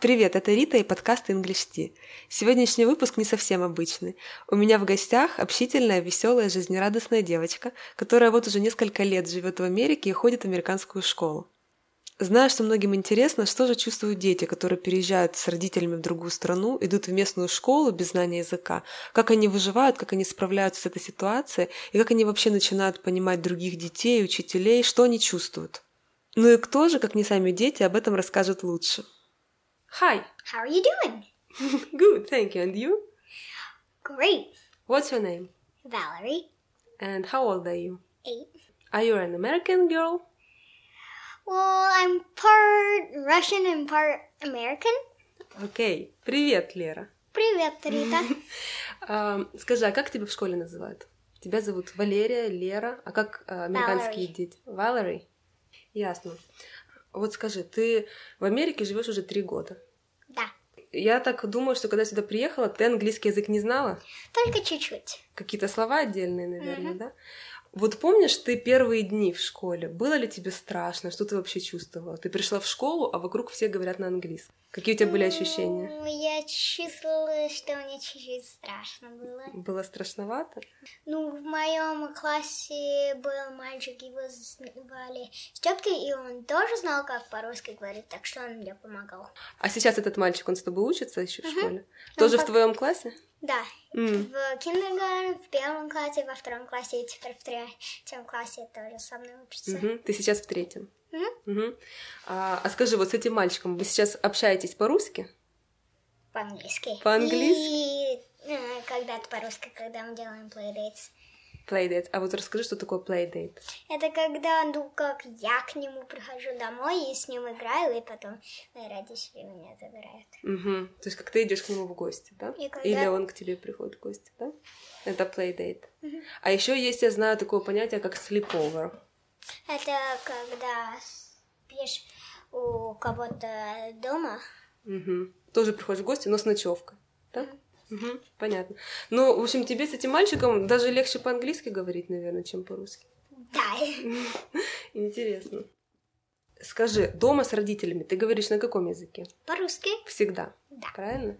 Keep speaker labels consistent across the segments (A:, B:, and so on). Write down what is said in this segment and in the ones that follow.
A: Привет, это Рита и подкаст English Tea. Сегодняшний выпуск не совсем обычный. У меня в гостях общительная, веселая, жизнерадостная девочка, которая вот уже несколько лет живет в Америке и ходит в американскую школу. Знаю, что многим интересно, что же чувствуют дети, которые переезжают с родителями в другую страну, идут в местную школу без знания языка, как они выживают, как они справляются с этой ситуацией, и как они вообще начинают понимать других детей, учителей, что они чувствуют. Ну и кто же, как не сами дети, об этом расскажет лучше? Hi.
B: How are you doing?
A: Good, thank you. And you?
B: Great.
A: What's your name?
B: Valerie,
A: And how old are you?
B: eight.
A: Are you an American girl?
B: Well, I'm part Russian and part American.
A: Окей. Привет, Лера.
B: Привет, Рита.
A: Ам, скажи, а как тебя в школе называют? Тебя зовут Валерия, Лера, а как а, американские
B: Valerie.
A: дети? Валери? Ясно. Вот скажи, ты в Америке живешь уже три года.
B: Да,
A: Я так думаю, что когда сюда приехала, ты английский язык не знала?
B: только чуть-чуть.
A: Какие-то слова отдельные, наверное, да? Вот помнишь ты первые дни в школе? Было ли тебе страшно? Что ты вообще чувствовала? Ты пришла в школу, а вокруг все говорят на английском. Какие у тебя были ощущения?
B: М, Я чувствовала, что мне чуть-чуть страшно было.
A: Было страшновато?
B: Ну, в моем классе был мальчик, его звали Степки, и он тоже знал, как по-русски говорить, так что он мне помогал.
A: А сейчас этот мальчик, он с тобой учится еще в
B: Мгм.
A: школе? Тоже в
B: пап-
A: твоем классе?
B: Да,
A: М.
B: в киндерган, в первом классе, во втором классе, и теперь в третьем классе тоже со мной учится.
A: Мгм. Ты сейчас в третьем.
B: Мгм.
A: Мгм. А, а скажи, вот с этим мальчиком вы сейчас общаетесь по-русски?
B: По-английски.
A: По-английски?
B: И э, когда-то по-русски, когда мы делаем playdates.
A: Playdate. А вот расскажи, что такое playdate.
B: Это когда, ну, как я к нему прихожу домой и с ним играю, и потом мои родители меня забирают.
A: Мгм. То есть, как ты идешь к нему в гости, да?
B: И когда-
A: Или он к тебе приходит в гости, да? Это playdate. А еще есть, я знаю, такое понятие, как sleepover.
B: Это когда спишь у кого-то дома.
A: Мгм. Тоже приходишь в гости, но с ночевкой. Да? Мгм. Понятно. Ну, в общем, тебе с этим мальчиком даже легче по-английски говорить, наверное, чем по-русски.
B: Да,
A: Интересно. Скажи, дома с родителями ты говоришь на каком языке?
B: по-русски.
A: Всегда,
B: Да.
A: правильно?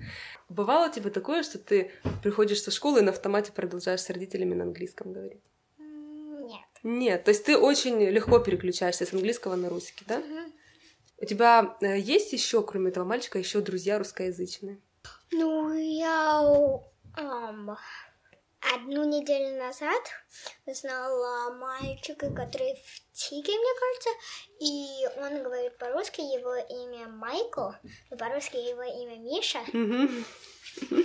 A: Бывало у тебя такое, что ты приходишь со школы и на автомате продолжаешь с родителями на английском говорить?
B: М, Нет.
A: Нет, то есть ты очень легко переключаешься с английского на русский, да?
B: Мгм.
A: У тебя э, есть еще, кроме этого мальчика, еще друзья русскоязычные?
B: Ну, я ам, одну неделю назад узнала мальчика, который в Тиге, мне кажется, и он говорит по-русски, его имя Майкл, и по-русски его имя Миша,
A: Мгм. Но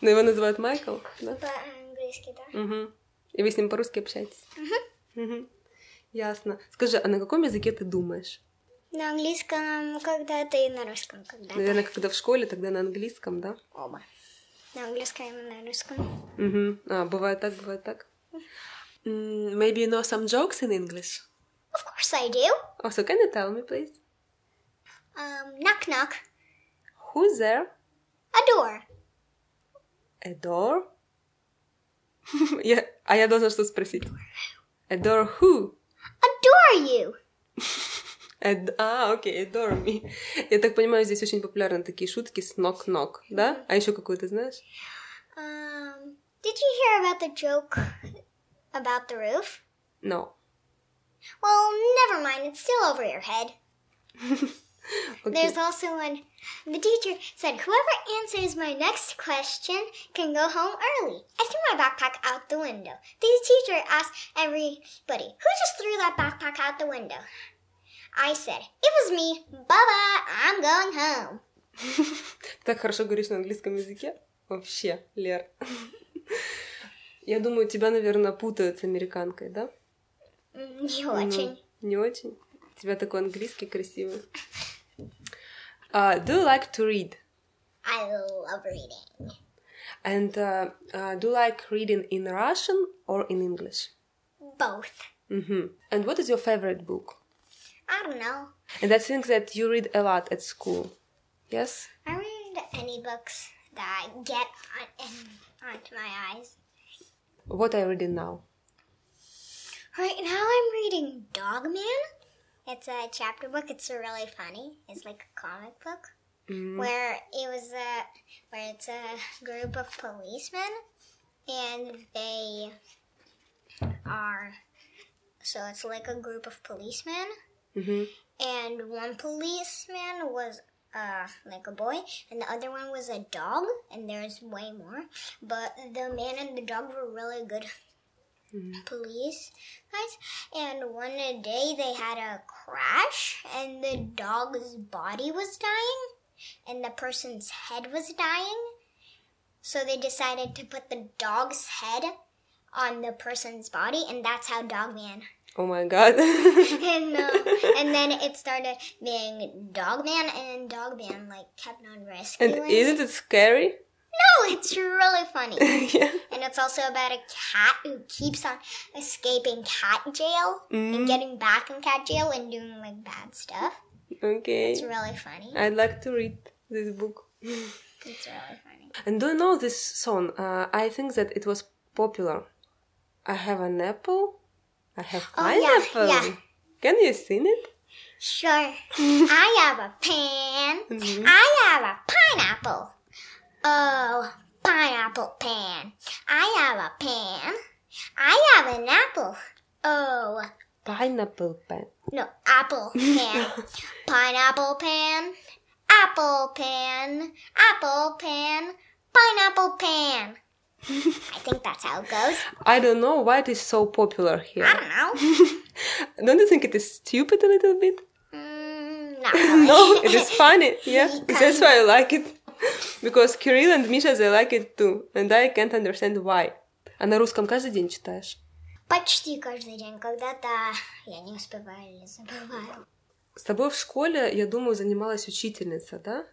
A: Ну, его называют Майкл, да?
B: по-английски, да.
A: Мгм. И вы с ним по-русски общаетесь? Мгм. Ясно. Скажи, а на каком языке ты думаешь?
B: На английском когда-то и на русском когда-то.
A: Наверное, когда в школе, тогда на английском, да?
B: Оба. На английском и на русском.
A: Мгм. А, бывает так, бывает так. Maybe you know some jokes in English.
B: Of course I do.
A: Oh, so can you tell me, please?
B: Um, knock knock.
A: Who's there?
B: A door.
A: A door? Я- А я должна что спросить? A door who?
B: Adore you.
A: A d- А, окей, adore me. Я так понимаю, здесь очень популярны такие шутки с knock-knock, да? А еще какую ты знаешь?
B: Um, did you hear about the joke about the roof?
A: No.
B: Well, never mind, it's still over your head.
A: Окей.
B: There's also one. The teacher said, Whoever answers my next question can go home early. I threw my backpack out the window. The teacher asked everybody, Who just threw that backpack out the window? I said, It was me. Bye bye, I'm going home.
A: Так хорошо говоришь на английском языке? Вообще, Лер. Я думаю, тебя, наверное, путают с американкой, да?
B: М, Не очень.
A: Ну, не очень. У тебя такой английский красивый. Uh, do you like to read?
B: I love reading.
A: And uh, uh, do you like reading in Russian or in English?
B: Both.
A: Мгм. And what is your favorite book?
B: I don't know.
A: And I think that you read a lot at school. Yes?
B: I read any books that I get on, in, onto my eyes.
A: What are you reading now?
B: Right now I'm reading Dog Man. It's a chapter book. It's really funny. It's like a comic book. where it was a where it's a group of policemen and they are so it's like a group of policemen
A: Mhm.
B: and one policeman was uh, like a boy, and the other one was a dog, and there's way more. But the man and the dog were really good police guys. And one day they had a crash, and the dog's body was dying, and the person's head was dying. So they decided to put the dog's head on the person's body, and that's how Dogman
A: Oh my god.
B: and uh, and then it started being Dogman, and Dogman like kept on
A: and
B: rescuing.
A: isn't it scary?
B: no, it's really funny, and
A: yeah.
B: it's also about a cat who keeps on escaping cat jail
A: Mm.
B: and getting back in cat jail and doing like bad stuff.
A: Okay.
B: It's really funny.
A: I'd like to read this book.
B: It's really funny.
A: And do you know this song? Uh, I think that it was popular. I have an apple. I have
B: Oh, yeah,
A: pineapple.
B: yeah.
A: Can you sing it?
B: Sure, I have a pan. I have a pineapple. Oh, pineapple pan. I have a pan. I have an apple. Oh.
A: Pineapple pen.
B: No, apple pan. pineapple pan. Apple pan. Apple pan. Pineapple pan. I think that's how it goes.
A: I don't know why it is so popular here.
B: I don't know.
A: Don't you think it is stupid a little bit?
B: Mm, not really.
A: no, it is funny. Yeah,
B: Kind
A: that's why I like it. Because Кирилл and Misha, they like it too. And I can't understand why. А на русском каждый день читаешь?
B: Почти каждый день. Когда-то я не успеваю или забываю.
A: С тобой в школе, я думаю, занималась учительница, да?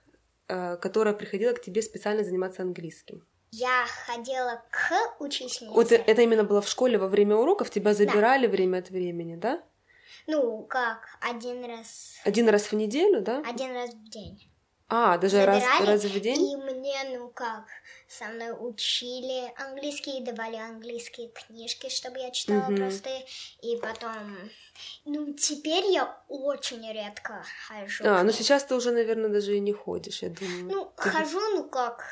A: Э, Которая приходила к тебе специально заниматься английским.
B: Я ходила к учительнице.
A: Вот э- это именно было в школе во время уроков, тебя забирали время от времени, да?
B: Ну, как, один раз,
A: Один раз в неделю, да?
B: один раз в день.
A: А, даже раз,
B: забирали,
A: раз в день?
B: И мне, ну как, со мной учили английский, давали английские книжки, чтобы я читала
A: Мгм.
B: простые. И потом, ну теперь я очень редко хожу.
A: А,
B: к
A: ну
B: ней.
A: сейчас ты уже, наверное, даже и не ходишь, я думаю.
B: Ну, хожу, ну как,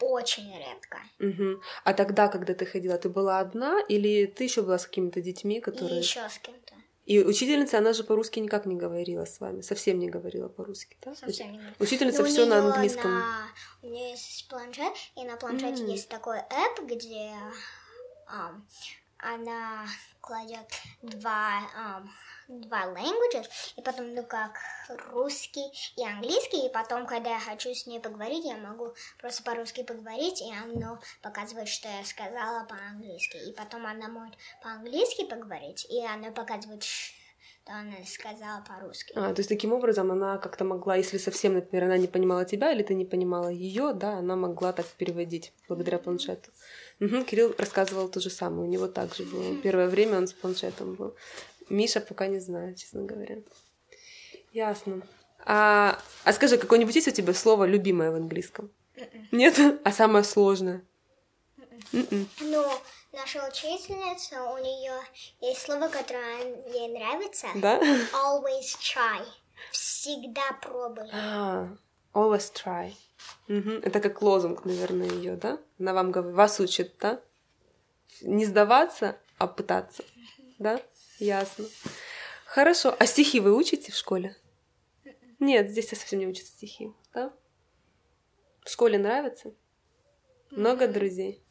B: очень редко.
A: Мгм. А тогда, когда ты ходила, ты была одна или ты еще была с какими-то детьми,
B: И
A: которые...
B: еще с кем-то.
A: И учительница, она же по-русски никак не говорила с вами, совсем не говорила по-русски, да?
B: Совсем не говорю.
A: Учительница
B: Ну, у
A: все на
B: неё
A: английском.
B: на- У нее есть планшет, и на планшете
A: М.
B: есть такой app, где ам, она кладет два, ам, два languages, и потом, ну как, русский и английский, и потом, когда я хочу с ней поговорить, я могу просто по-русски поговорить, и оно показывает, что я сказала по-английски. И потом она может по-английски поговорить, и оно показывает, что она сказала по-русски.
A: А, то есть таким образом она как-то могла, если совсем, например, она не понимала тебя или ты не понимала ее, да, она могла так переводить благодаря планшету. Мгм, Кирилл рассказывал то же самое, у него также было. Первое время он с планшетом был. Миша пока не знает, честно говоря. Ясно. А, а скажи, какое-нибудь есть у тебя слово любимое в английском? Нет? А самое сложное? М-м, Мгм.
B: Ну, наша учительница, у нее есть слово, которое ей нравится.
A: Да?
B: Always try. Всегда пробуй.
A: А, always try. Мгм, Это как лозунг, наверное, ее, да? Она вам говорит, вас учит, да? Не сдаваться, а пытаться. Да? Ясно. Хорошо. А стихи вы учите в школе? Нет, здесь я совсем не учат стихи, да? В школе нравится? Много друзей?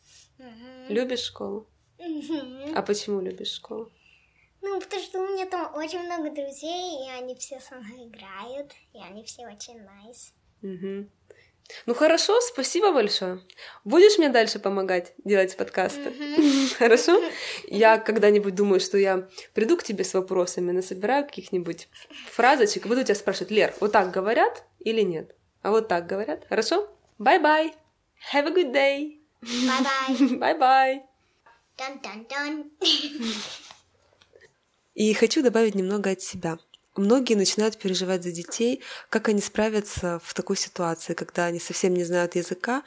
A: Любишь школу?
B: Мгм.
A: А почему любишь школу?
B: Ну, потому что у меня там очень много друзей, и они все со мной играют, и они все очень nice.
A: Мгм. Ну хорошо, спасибо большое. Будешь мне дальше помогать делать подкасты? Хорошо? Я когда-нибудь думаю, что я приду к тебе с вопросами, насобираю каких-нибудь фразочек, и буду тебя спрашивать, Лер, вот так говорят или нет? А вот так говорят? Хорошо? Bye-bye. Have a good day.
B: Bye-bye.
A: Bye-bye.
B: Dun-dun-dun.
A: И хочу добавить немного от себя. Многие начинают переживать за детей, как они справятся в такой ситуации, когда они совсем не знают языка,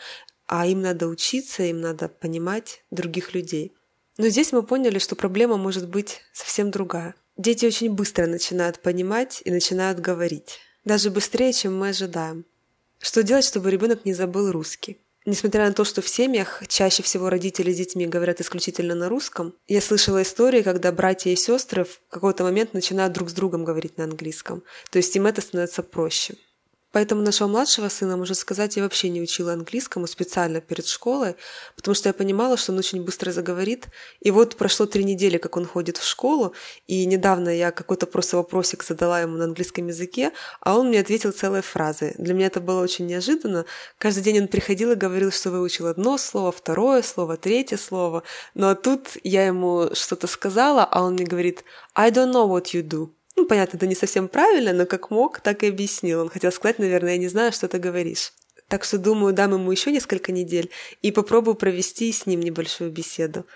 A: а им надо учиться, им надо понимать других людей. Но здесь мы поняли, что проблема может быть совсем другая. Дети очень быстро начинают понимать и начинают говорить. Даже быстрее, чем мы ожидаем. Что делать, чтобы ребенок не забыл русский? Несмотря на то, что в семьях чаще всего родители с детьми говорят исключительно на русском, я слышала истории, когда братья и сестры в какой-то момент начинают друг с другом говорить на английском. То есть им это становится проще. Поэтому нашего младшего сына, можно сказать, я вообще не учила английскому специально перед школой, потому что я понимала, что он очень быстро заговорит. И вот прошло три недели, как он ходит в школу, и недавно я какой-то просто вопросик задала ему на английском языке, а он мне ответил целые фразы. Для меня это было очень неожиданно. Каждый день он приходил и говорил, что выучил одно слово, второе слово, третье слово. Но ну, а тут я ему что-то сказала, а он мне говорит «I don't know what you do». Ну, понятно, это не совсем правильно, но как мог, так и объяснил. Он хотел сказать, наверное, я не знаю, что ты говоришь. Так что, думаю, дам ему еще несколько недель и попробую провести с ним небольшую беседу.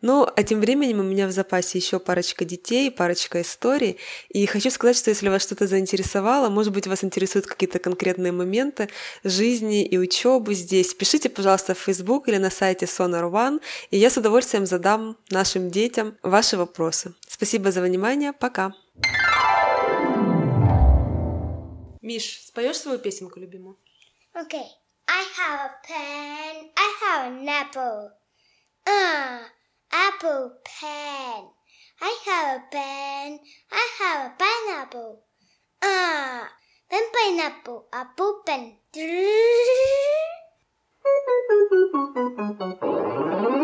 A: Ну, а тем временем у меня в запасе еще парочка детей, парочка историй. И хочу сказать, что если вас что-то заинтересовало, может быть, вас интересуют какие-то конкретные моменты жизни и учебы здесь, пишите, пожалуйста, в Facebook или на сайте Sonar One, и я с удовольствием задам нашим детям ваши вопросы. Спасибо за внимание, пока! Миш, споешь свою песенку любимую?
B: Okay, I have a pen. I have an apple. Uh, apple pen. I have a pen. I have a pineapple. Uh, pen pineapple apple pen.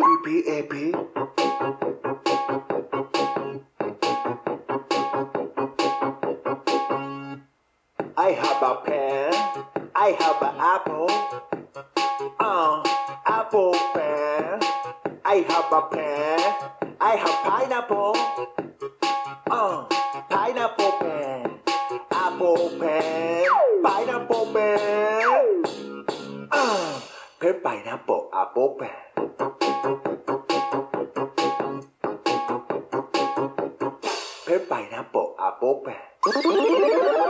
C: B A B. I have a pen. I have an apple. Uh, apple pen. I have a pen. I have pineapple. Uh, pineapple pen. Apple pen. Pineapple pen. Uh, pen pineapple apple pen. Pen pineapple apple pen.